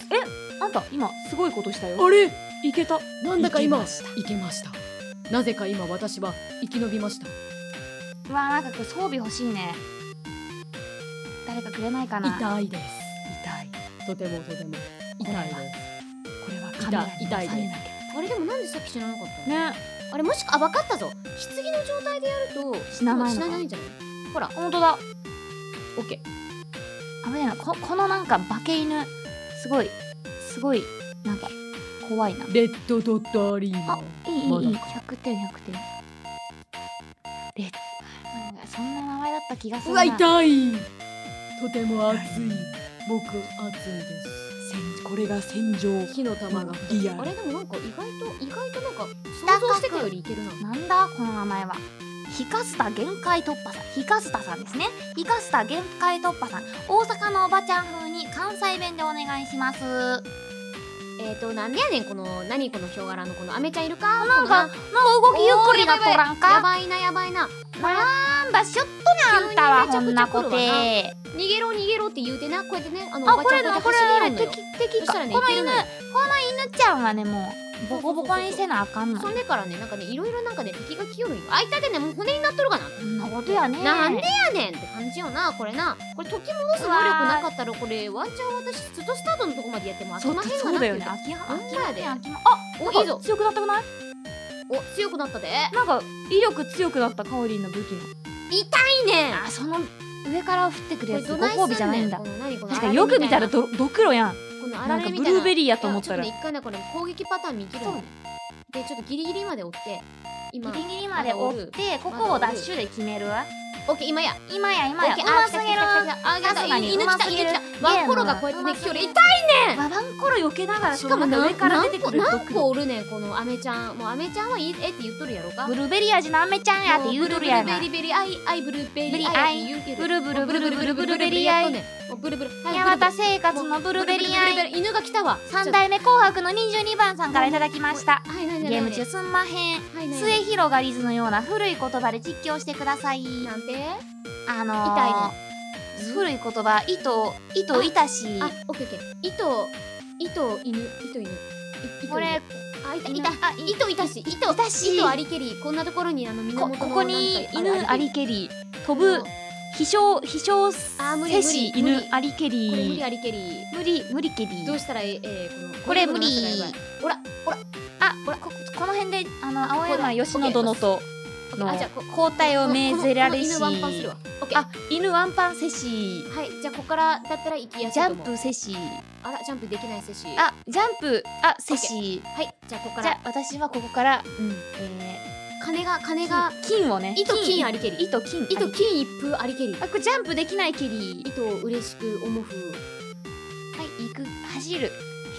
Speaker 5: あんた今すごいことしたよ
Speaker 4: あれ
Speaker 5: いけた
Speaker 4: なんだか今
Speaker 5: いけま
Speaker 4: いけましたなぜか今私は生き延びました
Speaker 2: うわなんかこれ装備欲しいね誰かくれないかな
Speaker 4: 痛いで
Speaker 5: 痛い
Speaker 4: すとてもとても痛いです
Speaker 5: これは
Speaker 4: 痛い痛いです
Speaker 1: あれでもなんでさっき知らなかったの
Speaker 5: ね
Speaker 1: あれもしくあ分かったぞ棺の状態でやると
Speaker 2: 死なないのか
Speaker 1: 死なないんじゃないほら
Speaker 2: 本当だ
Speaker 4: オッケー
Speaker 2: 危ないなここのなんか化け犬すごいすごいなんか怖いな
Speaker 4: レッドドットアリーナ
Speaker 2: いいいいいい
Speaker 4: まだ
Speaker 2: 100点100点レッなんかそんな名前だった気がす
Speaker 4: う
Speaker 2: る
Speaker 4: わ
Speaker 2: な
Speaker 4: 痛いとても熱い僕熱いです
Speaker 5: 戦これが戦場
Speaker 4: 火の玉が
Speaker 5: リ
Speaker 1: あ
Speaker 5: アル
Speaker 1: れでもなんか意外と意外となんか想像してたよりいけるな
Speaker 2: なんだこの名前はヒカスタ限界突破さんヒカスタさんですねヒカスタ限界突破さん大阪のおばちゃん風に関西弁でお願いしますなんか
Speaker 1: えーとなんでやねんこの何このヒョウ柄のこのアメちゃんいるか
Speaker 2: な
Speaker 1: こ
Speaker 2: ん
Speaker 1: の
Speaker 2: か動きゆっくりなとら
Speaker 1: や
Speaker 2: んか
Speaker 1: ばいなやばいな
Speaker 2: なんだしょっとねあんたはこんなこ
Speaker 1: 急にめちゃくちゃ来
Speaker 2: て
Speaker 1: 逃げろ逃げろって言うてなこうやってねあの
Speaker 2: あ
Speaker 1: おば
Speaker 2: こ
Speaker 1: ちゃ
Speaker 2: れ
Speaker 1: んこうや
Speaker 2: だ
Speaker 1: って
Speaker 2: こ
Speaker 1: 走り寄
Speaker 2: れ
Speaker 1: るんだよ
Speaker 2: 敵敵
Speaker 1: そし
Speaker 2: か
Speaker 1: たらね
Speaker 2: この
Speaker 1: いける
Speaker 2: 犬
Speaker 1: の
Speaker 2: こ
Speaker 1: よ
Speaker 2: の犬ちゃんはねもうボコボコにせなあかんの
Speaker 1: そん
Speaker 2: よ
Speaker 1: でからねなんかねいろいろなんかね敵が来よるんよあいたでねもう骨になっとるかな
Speaker 2: そんなことやね
Speaker 1: なんでやねんって感じよなこれなこれ解き戻す能力なかったらこれワンチャン私ずっとスタートのとこまでやっても飽き
Speaker 5: そう
Speaker 1: ませんが
Speaker 5: そ
Speaker 1: な
Speaker 5: うだよね
Speaker 1: って
Speaker 2: 秋葉
Speaker 1: 言ってなんだや
Speaker 2: 秋
Speaker 1: で
Speaker 2: 葉あ
Speaker 1: おいいぞ
Speaker 5: 強くなったくない
Speaker 1: お強くなったで
Speaker 5: なんか威力強くなったカオリンの武器の
Speaker 1: いいね
Speaker 2: あその上から降ってくる
Speaker 1: こ
Speaker 2: や
Speaker 1: れ
Speaker 2: つご
Speaker 1: どないす
Speaker 2: 褒美じゃないんだ
Speaker 1: この何この
Speaker 5: 確かによく見たら
Speaker 1: こ
Speaker 5: ど毒炉やん
Speaker 1: のあ
Speaker 5: な
Speaker 1: ら
Speaker 5: ん
Speaker 1: れ
Speaker 5: か
Speaker 1: み
Speaker 5: ブ
Speaker 1: たいな
Speaker 5: ルーベリーやと思ったら
Speaker 1: いやちょっとね一回ねこれ攻撃パターン見切るのでちょっとギリギリまで追って今
Speaker 2: ギリギリまで追ってここをダッシュで決めるわ
Speaker 1: オッケー今や
Speaker 2: 今や今
Speaker 1: オッ
Speaker 2: やう
Speaker 1: ケー
Speaker 2: ま
Speaker 1: あ
Speaker 2: すぎるわ
Speaker 1: あ来た来た来たあ
Speaker 2: さすがに
Speaker 1: 犬来
Speaker 2: うます
Speaker 1: た
Speaker 2: ぎ
Speaker 1: 犬
Speaker 2: る
Speaker 1: 来たワンコロがこうやってね来よる痛い
Speaker 2: ワンコロ避けながら
Speaker 1: しかも
Speaker 2: その
Speaker 1: 何
Speaker 2: 上から出て
Speaker 1: 何
Speaker 2: く
Speaker 1: 個
Speaker 2: る
Speaker 1: 何
Speaker 2: 毒
Speaker 1: 個
Speaker 2: 炉
Speaker 1: おるねんこのアメちゃんもうアメちゃんはいいえって言っとるやろか
Speaker 2: ブルーベリー味のアメちゃんやって言うとるやな
Speaker 1: ブルーベリーベリーアイアイブルーベリーアイって言うて
Speaker 2: ブ
Speaker 1: る
Speaker 2: ルブ
Speaker 1: ブ
Speaker 2: ルブ
Speaker 1: ル
Speaker 2: ル
Speaker 1: ブ
Speaker 2: ブ
Speaker 1: ル
Speaker 2: ル
Speaker 1: ブルブル
Speaker 2: ブルブル
Speaker 1: ブ
Speaker 2: ベ
Speaker 1: リ
Speaker 2: リ
Speaker 1: ー
Speaker 2: ー
Speaker 1: ア
Speaker 2: ア
Speaker 1: イ
Speaker 2: イ
Speaker 1: ブルブル
Speaker 2: 山田生活のブルーベリーアイ
Speaker 1: 犬が来たわ
Speaker 2: 三代目紅白の22番さんからいただきました
Speaker 1: はいはいはい
Speaker 2: ゲーム中すんまへん
Speaker 1: はい
Speaker 2: 末広がりずのような古い言葉で実況してください
Speaker 1: なんて
Speaker 2: あの
Speaker 1: 痛いね
Speaker 2: ー、古い言葉糸糸いたし
Speaker 1: あオッケーオッケー糸糸犬糸犬
Speaker 2: これ
Speaker 1: あいたい
Speaker 2: 犬
Speaker 1: た
Speaker 2: あい
Speaker 1: 糸いたし糸
Speaker 2: いたし
Speaker 1: 糸ありけりこんなところにあの
Speaker 2: こ
Speaker 1: 源の
Speaker 2: ここに
Speaker 1: なん
Speaker 2: 犬
Speaker 1: か
Speaker 2: ありけり飛
Speaker 1: うん
Speaker 2: ぶ飛翔飛翔
Speaker 1: あー無理
Speaker 2: せし
Speaker 1: 無理
Speaker 2: 犬ありけ
Speaker 1: これ無
Speaker 2: り
Speaker 1: 理ありけり
Speaker 2: 無理無理けり
Speaker 1: どうしたらえええーこの
Speaker 2: これ無理
Speaker 1: ほらほら
Speaker 2: あこここの辺であの青
Speaker 1: こ
Speaker 2: 山
Speaker 1: れ
Speaker 2: 吉野殿と
Speaker 1: オッケー
Speaker 2: の
Speaker 1: あじゃあこ
Speaker 2: 交代を命ぜられし
Speaker 1: このこの犬ワンパンするわオッケー
Speaker 2: あ犬ワンパンせし
Speaker 1: はいじゃあここからだったら行きやす
Speaker 2: ジ
Speaker 1: い
Speaker 2: ャ
Speaker 1: と
Speaker 2: ン
Speaker 1: 思う
Speaker 2: プせし
Speaker 1: あらジャンプできないせし
Speaker 2: あジャンプあせし
Speaker 1: はいじゃあここか
Speaker 2: じゃあ
Speaker 1: ら
Speaker 2: 私はここから、え
Speaker 1: 金が金が
Speaker 2: ー、金をね
Speaker 1: 糸金ありけり
Speaker 2: 糸金あ
Speaker 1: 糸
Speaker 2: り
Speaker 1: 金一風ありけり
Speaker 2: あこれジャンプできないけり
Speaker 1: 糸を嬉しく思う
Speaker 2: はい行く走る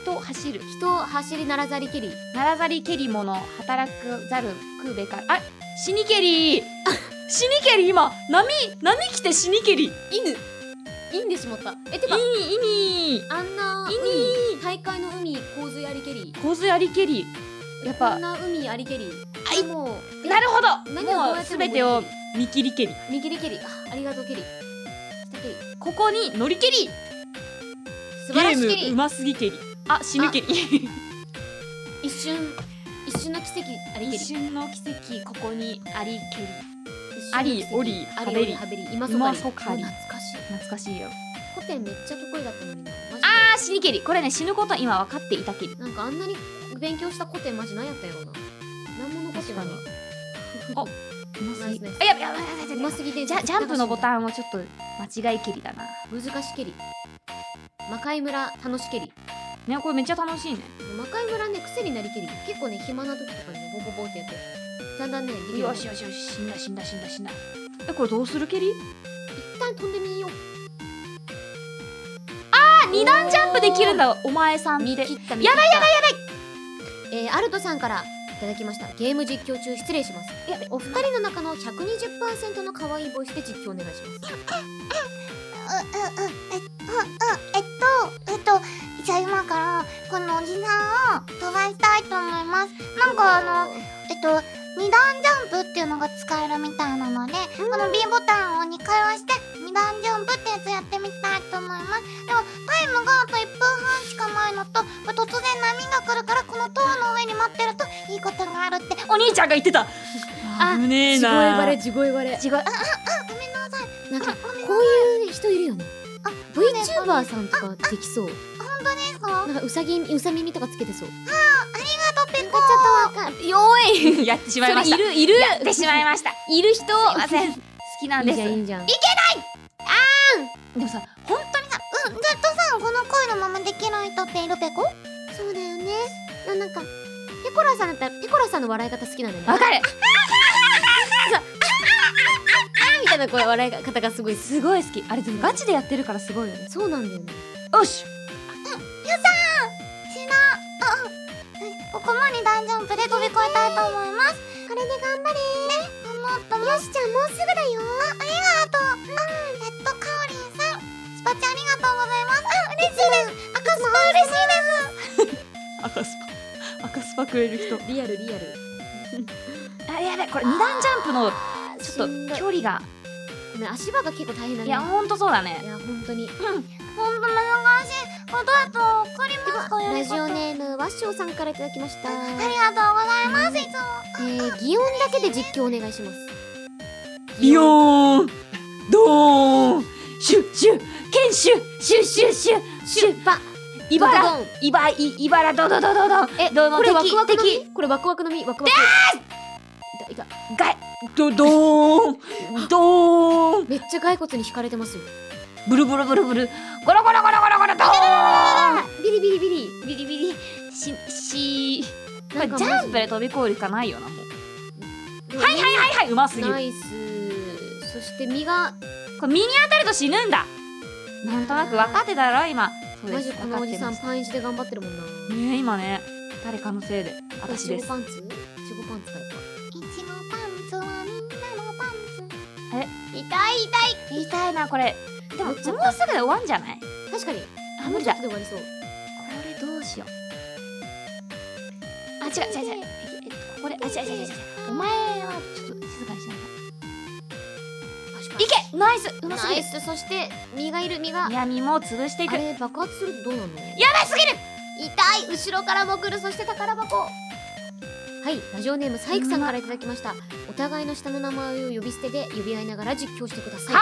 Speaker 2: 人を走る
Speaker 1: 人を走りならざりけり
Speaker 2: ならざりけりもの働くざる食うべからあ死にけり
Speaker 5: 死にけり今波波来て死にけりいい
Speaker 1: 犬いんでしまったえてか
Speaker 5: いい
Speaker 1: あんな
Speaker 5: 犬
Speaker 1: 海大海の海洪水ありけり
Speaker 5: 洪水ありけりやっ
Speaker 1: こ
Speaker 5: ぱ
Speaker 1: んな海ありけり
Speaker 5: あい
Speaker 1: もう
Speaker 5: なるほ
Speaker 1: 何
Speaker 5: ど
Speaker 1: をど
Speaker 5: も
Speaker 1: うや
Speaker 5: う
Speaker 1: って
Speaker 5: す
Speaker 1: も
Speaker 5: べてを見切りけり
Speaker 1: 見切りけりあありがとうけりしたけり
Speaker 5: ここに乗りけり
Speaker 1: 素
Speaker 5: ゲ
Speaker 1: 晴らしけ
Speaker 5: ームう
Speaker 1: り
Speaker 5: ますぎけりあ死ぬけり
Speaker 1: 一瞬一瞬の奇跡あ りけり
Speaker 2: 一瞬の奇跡ここにありけり
Speaker 5: ありおり
Speaker 1: あ
Speaker 5: は
Speaker 1: りお
Speaker 5: べり
Speaker 1: りはべり今そかり
Speaker 5: 今そかり
Speaker 1: 懐かしい
Speaker 2: 懐かしいよ
Speaker 1: 古典めっちゃ得意だったのになマジで
Speaker 2: あ死にけりこれね死ぬこと今分かっていたけり
Speaker 1: なんかあんなに勉強した古典マジ何やったんやろうな何も残ってない
Speaker 5: 確
Speaker 1: あ
Speaker 5: あ
Speaker 2: うますぎ
Speaker 1: ナイスナイス
Speaker 2: あやばいやばいやばいやば
Speaker 1: う
Speaker 2: いやば
Speaker 1: ま
Speaker 2: い
Speaker 1: すぎて
Speaker 2: ジャジャンプのボ
Speaker 1: ン
Speaker 2: タンをちょっと間違いけりだな
Speaker 1: 難しけり魔界村楽しけり
Speaker 2: ねこれめっちゃ楽しいね
Speaker 1: 魔界村ね癖になりけり結構ね暇な時とかにねボンボンボンってやってだんだんねできるよう
Speaker 2: よ
Speaker 1: に
Speaker 2: し
Speaker 1: なる
Speaker 2: よしよし死んだ死んだ死んだ死んだえこれどうするけり
Speaker 1: 一旦飛んでみよう
Speaker 2: あ二段ジャンプできるんだお前さん
Speaker 1: 見
Speaker 2: って
Speaker 1: 切った見切ったやばいやばいやばいえー、アルトさんからいただきましたゲーム実況中失礼します
Speaker 2: や
Speaker 1: お二人の中の120%の可愛いボイスで実況お願いします
Speaker 6: うううえっと、うえっと、えっと、じゃあ今からこのおじさんを飛ばしたいと思います。なんかあの、えっと、二段ジャンプっていうのが使えるみたいなので、この B ボタンを2回押して二段ジャンプってやつやってみたいと思いますでもタイムがあと1分半しかないのと突然波が来るからこの塔の上に待ってるといいことがあるって
Speaker 2: お兄ちゃんが言ってた
Speaker 1: あ
Speaker 2: 危ねえ
Speaker 5: 地声
Speaker 2: な
Speaker 5: バレ地声バレ
Speaker 1: 違うあ
Speaker 6: あごめんなさい
Speaker 1: なんかこういう人いるよね
Speaker 6: あ
Speaker 1: VTuber さんとかできそう
Speaker 6: 本当ですかあ
Speaker 1: なんかうさぎうさ耳とかつけてそう
Speaker 6: りがとうペコ
Speaker 1: なんかちょっとわかん弱い
Speaker 2: やってしまいまし
Speaker 1: そ
Speaker 2: た
Speaker 1: れいるいる
Speaker 2: やってしまいました
Speaker 1: いる人
Speaker 2: すいません好きなん
Speaker 1: い
Speaker 2: で
Speaker 1: い
Speaker 2: す
Speaker 1: じゃんいいじゃん
Speaker 2: でもさ本当にさ
Speaker 6: うんずっとさこの声のままできない人っているペコ
Speaker 1: そうだよねななんかペコラさんだったらペコラさんの笑い方好きなんだよね
Speaker 2: わかる
Speaker 1: みたいな声笑い方がすごい
Speaker 2: すごい好きあれでもガチでやってるからすごいよね
Speaker 1: そうなんだよね
Speaker 2: よし
Speaker 6: ここまで大ジャンプで飛び越えたいと思いますこれで頑張れねもっとよしちゃんもうすぐだよあありがとうあえっとかおりんさんスパチャありがとうございますあ嬉しいです赤スパ嬉しいです
Speaker 2: 赤スパ赤スパ食える人
Speaker 1: リアルリアル
Speaker 2: あやべこれ二段ジャンプのちょ
Speaker 1: しん
Speaker 2: っ
Speaker 1: ど
Speaker 2: と
Speaker 1: い
Speaker 2: 距離が
Speaker 1: ごめん足場が結構大変だね
Speaker 2: いやほんとそうだね
Speaker 1: いや本当に
Speaker 6: ほんと難しいこれどうやってわかりますかや
Speaker 1: ラ
Speaker 6: り
Speaker 1: ジ
Speaker 6: 方
Speaker 1: オネームワッショウさんからいただきました
Speaker 6: ありがとうございますいつも
Speaker 1: えー、擬音だけで実況お願いします
Speaker 2: ビヨーンドーンシュッシュッ剣シュッシュッシュッシュッシュッ
Speaker 1: バ
Speaker 2: 茨
Speaker 1: ドドドン
Speaker 2: 茨い茨ドドドドドン
Speaker 1: え
Speaker 2: どうも
Speaker 1: これワ
Speaker 2: 敵
Speaker 1: クワクの
Speaker 2: 敵
Speaker 1: 実これワクワクの実ワクワクいたいた
Speaker 2: がドドーンドーン
Speaker 1: めっちゃ骸骨に惹かれてますよ
Speaker 2: ブルブルブルブルゴロゴロゴロゴロゴロドーン
Speaker 1: ビリビリビリ
Speaker 2: ビリビリししこ
Speaker 1: な
Speaker 2: れ
Speaker 1: んか
Speaker 2: ジ
Speaker 1: マ
Speaker 2: ャ
Speaker 1: ジ
Speaker 2: ンプで飛び越えるしかないよなもう
Speaker 1: はい
Speaker 2: はいはいはいうますぎる
Speaker 1: ナイスそして身が
Speaker 2: これ身に当たると死ぬんだなんとなく分かってたろ今そう
Speaker 1: マ
Speaker 2: です
Speaker 1: ジこのおじさん
Speaker 2: 分か
Speaker 1: パンイチで頑張ってるもんな
Speaker 2: ってますねえ今ね誰かのせいで
Speaker 1: え
Speaker 2: 私で
Speaker 1: いち
Speaker 2: す
Speaker 1: ごパンツいちごパンツかやっぱ
Speaker 6: いちごパンツはみんなのパンツ
Speaker 2: 痛い痛い痛いなこれでもも
Speaker 1: ぶ
Speaker 2: う
Speaker 1: っ
Speaker 2: す
Speaker 1: ちゃっ
Speaker 2: ぐで
Speaker 1: た
Speaker 2: 終わんじゃない
Speaker 1: 確かに
Speaker 2: あ無理だ
Speaker 1: ち
Speaker 2: こ
Speaker 1: ょっとで終わりそう
Speaker 2: れどうしようあ違う違う違うえっとここであ違う違う違う違うお前はちょっと静かにしなさ
Speaker 1: 確か
Speaker 2: い
Speaker 1: に
Speaker 2: いけナイスうます
Speaker 1: ナ
Speaker 2: ぎ
Speaker 1: イ
Speaker 2: る
Speaker 1: スそして身がいる身が
Speaker 2: 闇も潰していく
Speaker 1: あ
Speaker 2: や
Speaker 1: れ爆発するとどうなのや
Speaker 2: ばすぎる
Speaker 1: 痛い後ろからも来るそして宝箱はいラジオネームサイクさんからいただきましたお互いの下の名前を呼び捨てで呼び合いながら実況してください
Speaker 2: 香
Speaker 1: り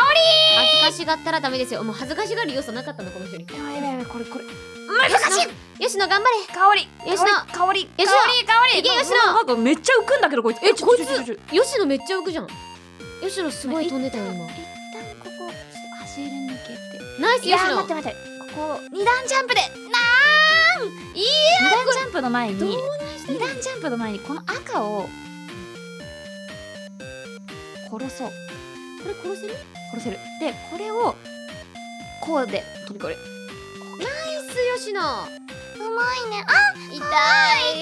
Speaker 1: 恥ずかしがったらダメですよもう恥ずかしがる要素なかったのこの人に
Speaker 2: やばいやばいやばいこれこれ
Speaker 1: 難しいよしの頑張れ
Speaker 2: 香り
Speaker 1: よしの
Speaker 2: 香り
Speaker 1: よしの
Speaker 2: 香り
Speaker 1: いけよしの
Speaker 2: なんかめっちゃ浮くんだけどこいつえこいつ
Speaker 1: よしのめっちゃ浮くじゃんよしのすごい飛んでたよ今
Speaker 2: 一旦ここちょっと走り抜けて
Speaker 1: ナイス
Speaker 2: いや
Speaker 1: よし
Speaker 2: ー
Speaker 1: の
Speaker 2: 待って待ってここ二段ジャンプでなんいや二段ジャンプの前に
Speaker 1: どう
Speaker 2: 二段ジャンプの前にこの赤を殺そう
Speaker 1: これ殺せる
Speaker 2: 殺せるでこれをこうで飛び越える
Speaker 1: ナイスよしの
Speaker 6: うまいねあ
Speaker 1: 痛い
Speaker 6: えーえ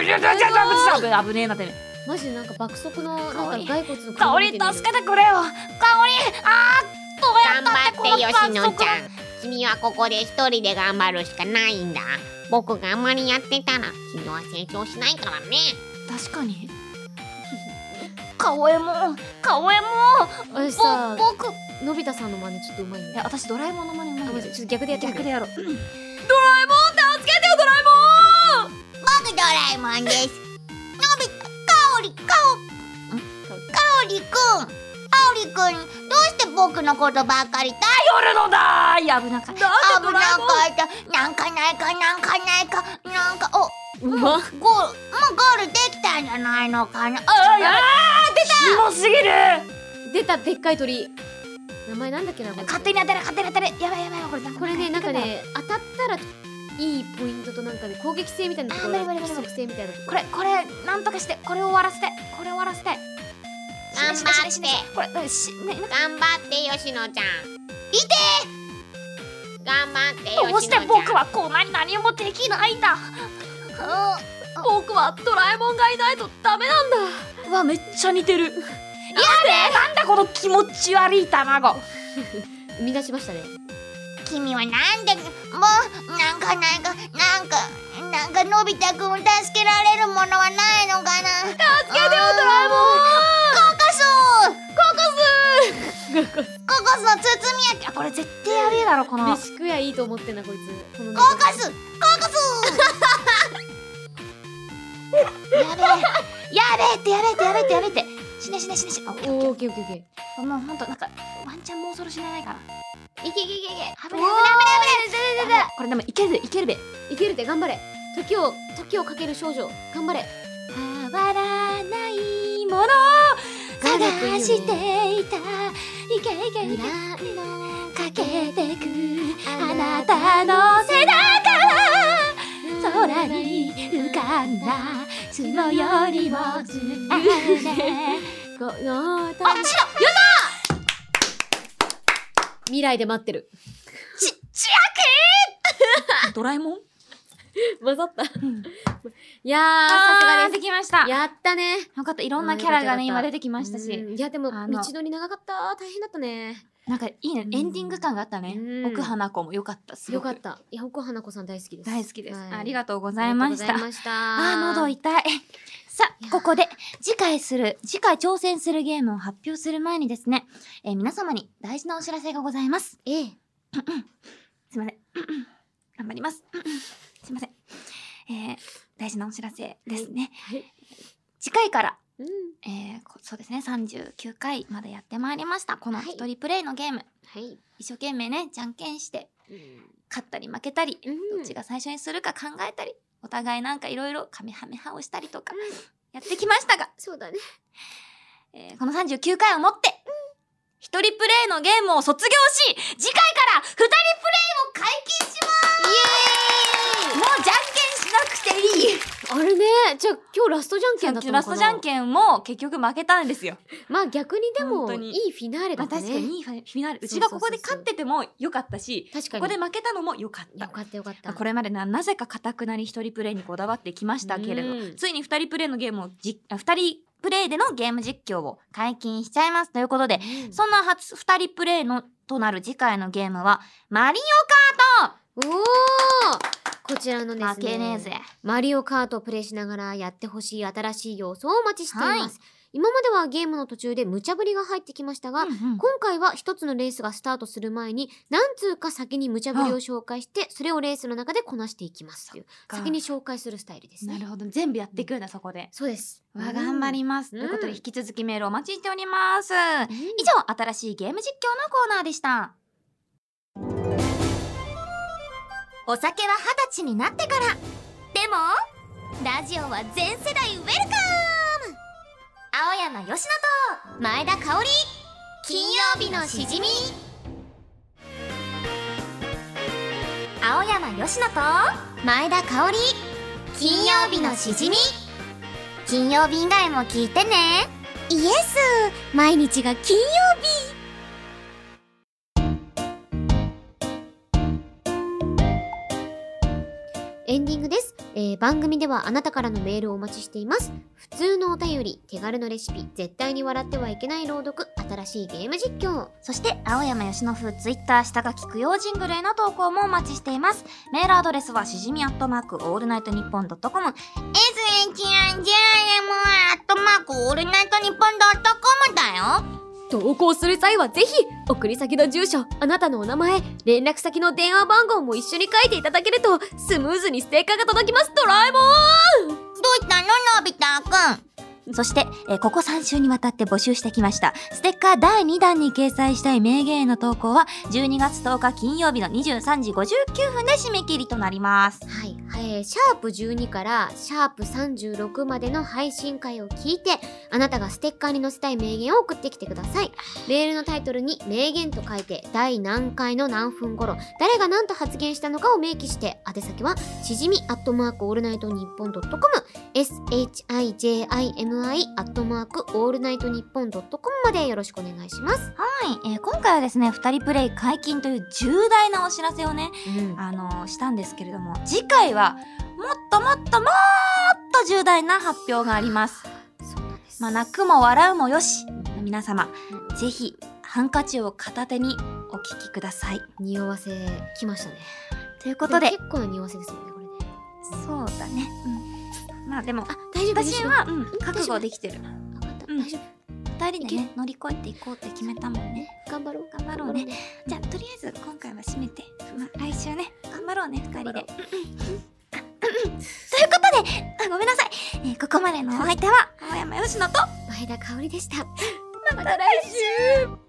Speaker 6: ー
Speaker 2: ジャンジャンジャンジャン危ねえなって
Speaker 1: マジでなんか爆速のなんか
Speaker 2: かお
Speaker 1: 骸
Speaker 2: り
Speaker 1: 骨の
Speaker 2: 香り助けてくれよ香りあーどうやったってこのパンソク
Speaker 6: ん君はここで一人で頑張るしかないんだ僕があんまりやってたら君は成長しないからね
Speaker 2: 確かに顔えもん顔えも
Speaker 1: あれさ
Speaker 6: 僕
Speaker 1: のび太さんの真似ちょっとうまいね
Speaker 2: んいや私ドラえもんの真似うまい
Speaker 1: あマ
Speaker 2: んだ
Speaker 1: ジ
Speaker 2: よ
Speaker 1: ちょっと逆でやってみて
Speaker 2: 逆でやろう
Speaker 6: 僕ドラえもんですのび太かおりかおかおりくんかおりくんどうして僕のことばっかりだ
Speaker 2: 夜のだーい危なかった
Speaker 6: 危なかったなんかないかなんかないかなんかお
Speaker 1: うまっ
Speaker 6: ゴールもうゴールできたんじゃないのかな
Speaker 2: あーや出たキモすぎる
Speaker 1: 出たでっかい鳥名前なんだっけなこれ
Speaker 2: 勝手に当たれ勝手に当たれやばいやばいやばいこれ
Speaker 1: これねなんかね当たったらいいポイントとなんかね攻撃性みたいなところ
Speaker 2: あ無理無理無理無理
Speaker 1: 規則性みたいなとこ
Speaker 2: これこれなんとかしてこれを終わらせてこれを終わらせて
Speaker 6: 頑張って
Speaker 2: 死ね死ね死ね死ねこれうんしねなんか
Speaker 6: 頑張ってよしのちゃん見て頑張って
Speaker 2: どうして僕はこうなに何もできないんだ僕はドラえもんがいないとダメなんだうわめっちゃ似てるやべえなんだこの気持ち悪い卵
Speaker 1: ろ生み出しましたね
Speaker 6: 君はなんでもうなんかなんかなんかなんかのび太くんを助けられるものはないのかな助けてよドラえもんコーカスコーカスココスの包み焼きあこれ絶対やべえだろこの
Speaker 1: 飯食やいいと思ってんなこいつこの
Speaker 6: コーカスコーカスやべえやべえってやべえってやべえってやべえって死ね死ね死ね死ねあオッケーオッケ
Speaker 1: おーオッケーオッケーオッケ
Speaker 6: ーもうほんとなんかワンチャンもうそろ死なないから
Speaker 1: ーいけいけいけい
Speaker 6: 危
Speaker 1: け
Speaker 6: ない危ない危ない危
Speaker 1: おー
Speaker 6: ないあこれでもいけるでいけるで
Speaker 1: いけるって頑張れ時を時をかける少女頑張れ
Speaker 6: 変わらないもの
Speaker 1: ガガ君いいよね
Speaker 6: 探していたいけいけいけ
Speaker 1: 未来の
Speaker 6: かけてくあなたの背中は空に浮かんだ雲よりもずれ
Speaker 1: この音
Speaker 6: あ、ちろ
Speaker 1: 未来で待ってる
Speaker 6: ち、ち
Speaker 7: ドラえもん
Speaker 1: 混ざ った
Speaker 7: ん
Speaker 1: いやーさすが
Speaker 2: で
Speaker 1: で
Speaker 2: きました
Speaker 1: すやったね
Speaker 2: よかったいろんなキャラがね
Speaker 1: うんよか
Speaker 2: 今
Speaker 1: った
Speaker 2: 出てきましたし
Speaker 1: うんいやでも道
Speaker 2: あの
Speaker 1: のり長かった大変だったね
Speaker 2: なんかいいねエンディング感があったね
Speaker 1: うん
Speaker 2: 奥花子もよかったすご
Speaker 1: よ
Speaker 2: く
Speaker 1: かったいや北花子さん大好きです
Speaker 2: 大好きです
Speaker 1: はい
Speaker 2: ありがとうご
Speaker 1: ご
Speaker 2: ざいましたあ
Speaker 1: あ
Speaker 2: ー喉
Speaker 1: い
Speaker 2: 痛い。さあ、ここで次回する、次回挑戦するゲームを発表する前にですね、えー皆様に大事なお知らせがございます。
Speaker 1: ええ
Speaker 2: すいません。 頑張ります。 すいません。えー大事なお知らせですね。
Speaker 1: はいはい
Speaker 2: 次回から、
Speaker 1: うん
Speaker 2: えーこそうですね、39回までやってまいりました。この
Speaker 1: はい
Speaker 2: 一人プレイのゲーム、
Speaker 1: はい
Speaker 2: 一生懸命ね、じゃんけんして、勝ったり負けたり、
Speaker 1: うん
Speaker 2: どっちが最初にするか考えたり、お互いなんかいろいろカメハメハをしたりとか、やってきましたが、
Speaker 1: そうだね
Speaker 2: えーこの39回をもって、一人プレイのゲームを卒業し、次回から二人プレイを解禁しますもうじゃんけんしなくていい
Speaker 1: あれねじゃあ今日ラストじゃんけんだったのかな
Speaker 2: ラストじゃんけんも結局負けたんですよ。
Speaker 1: まあ逆にで
Speaker 7: 本
Speaker 1: も
Speaker 7: 当
Speaker 1: い
Speaker 7: に
Speaker 1: いフィナーレだ
Speaker 2: まあ
Speaker 1: ったね
Speaker 2: 確かにいいフィナーレ。
Speaker 1: そううそうそう
Speaker 2: ちが
Speaker 1: そう
Speaker 2: ここで勝ってても良かったし、
Speaker 1: 確か
Speaker 2: こ
Speaker 1: に
Speaker 2: こで負けたのも良かった
Speaker 1: よ。かったよかった
Speaker 2: これまでななぜかかたくなり一人プレイにこだわってきましたけれど、
Speaker 1: うん
Speaker 2: ついに二人プレイのゲームをじあ二人プレイでのゲーム実況を解禁しちゃいますということで、
Speaker 1: うん
Speaker 2: そんな初2人プレイのとなる次回のゲームは、マリ
Speaker 1: おーこちらの
Speaker 2: オ
Speaker 1: です
Speaker 2: 負けね
Speaker 1: ね
Speaker 2: えぜ。
Speaker 1: マリオカートをプレイしながらやってほしい新しい要素をお待ちしています、今まではゲームの途中で無茶ぶりが入ってきましたが、今回は一つのレースがスタートする前に何通か先に無茶ぶりを紹介してそれをレースの中でこなしていきますという先に紹介するスタイルです
Speaker 2: な
Speaker 1: ね
Speaker 2: るほど。全部やっていくんだ、そこで。
Speaker 1: そうです
Speaker 2: わ、頑張ります。と
Speaker 1: うん
Speaker 2: いうことで、引き続きメールお待ちしております。以
Speaker 1: うん
Speaker 2: 上、新しいゲーム実況のコーナーでした。
Speaker 6: お酒は二十歳になってからでもラジオは全世代ウェルカム青山佳乃と前田香織金曜日のしじみ青山佳乃と前田香織金曜日のしじみ金曜日以外も聞いてねイエス毎日が金曜日
Speaker 1: エンディングです、えー番組ではあなたからのメールをお待ちしています普通のお便り手軽のレシピ絶対に笑ってはいけない朗読新しいゲーム実況
Speaker 2: そして、青山吉野風ツイッター下書き供養ジングルへの投稿もお待ちしています。メールアドレスは、しじみアットマーク、オールナイトニッポンドットコム。
Speaker 6: SHIJM アットマークオールナイトニッポンドットコムだよ
Speaker 1: 投稿する際はぜひ送り先の住所あなたのお名前連絡先の電話番号も一緒に書いていただけるとスムーズにステッカーが届きますドラえもん
Speaker 6: どうしたののび太くん
Speaker 2: そして、えーここ3週にわたって募集してきました、ステッカー第2弾に掲載したい名言への投稿は、12月10日金曜日の23時59分で締め切りとなります。
Speaker 1: はい、えーシャープ12からシャープ36までの配信会を聞いてあなたがステッカーに載せたい名言を送ってきてくださいメールのタイトルに「名言」と書いて第何回の何分頃誰が何と発言したのかを明記して宛先はしじみアットマークオールナイトニッポンドットコム SHIJIMI アットマークオールナイトニッポンドットコムまでよろしくお願いします、
Speaker 2: はい、えー今回はですね、2人プレイ解禁という重大なお知らせをね、
Speaker 1: うん
Speaker 2: あのーしたんですけれども、次回は、もっともっともーっと重大な発表があります。
Speaker 1: そうなんです
Speaker 2: まあ、泣くも笑うもよし、皆様、ぜひ、ハンカチを片手にお聞きください。
Speaker 1: 匂わせきましたね
Speaker 2: ということで、
Speaker 1: 結構な匂わせですよねこれね
Speaker 2: そうだね。うん。まあでも、
Speaker 1: あ大丈夫大丈
Speaker 2: 私
Speaker 1: 夫
Speaker 2: は、うん、覚悟できてる。
Speaker 1: 分かった、
Speaker 2: うん
Speaker 1: 大丈夫二人でね乗り越えていこうって決めたもんね
Speaker 8: 頑張ろう。
Speaker 1: 頑張ろうねじゃあとりあえず今回は締めてまあ来週ね頑張ろうね二人で
Speaker 2: ということで、
Speaker 1: あごめんなさい
Speaker 2: えーここまでのお相手は、
Speaker 1: 青山よしのと
Speaker 8: 前田香織でした。
Speaker 2: また来週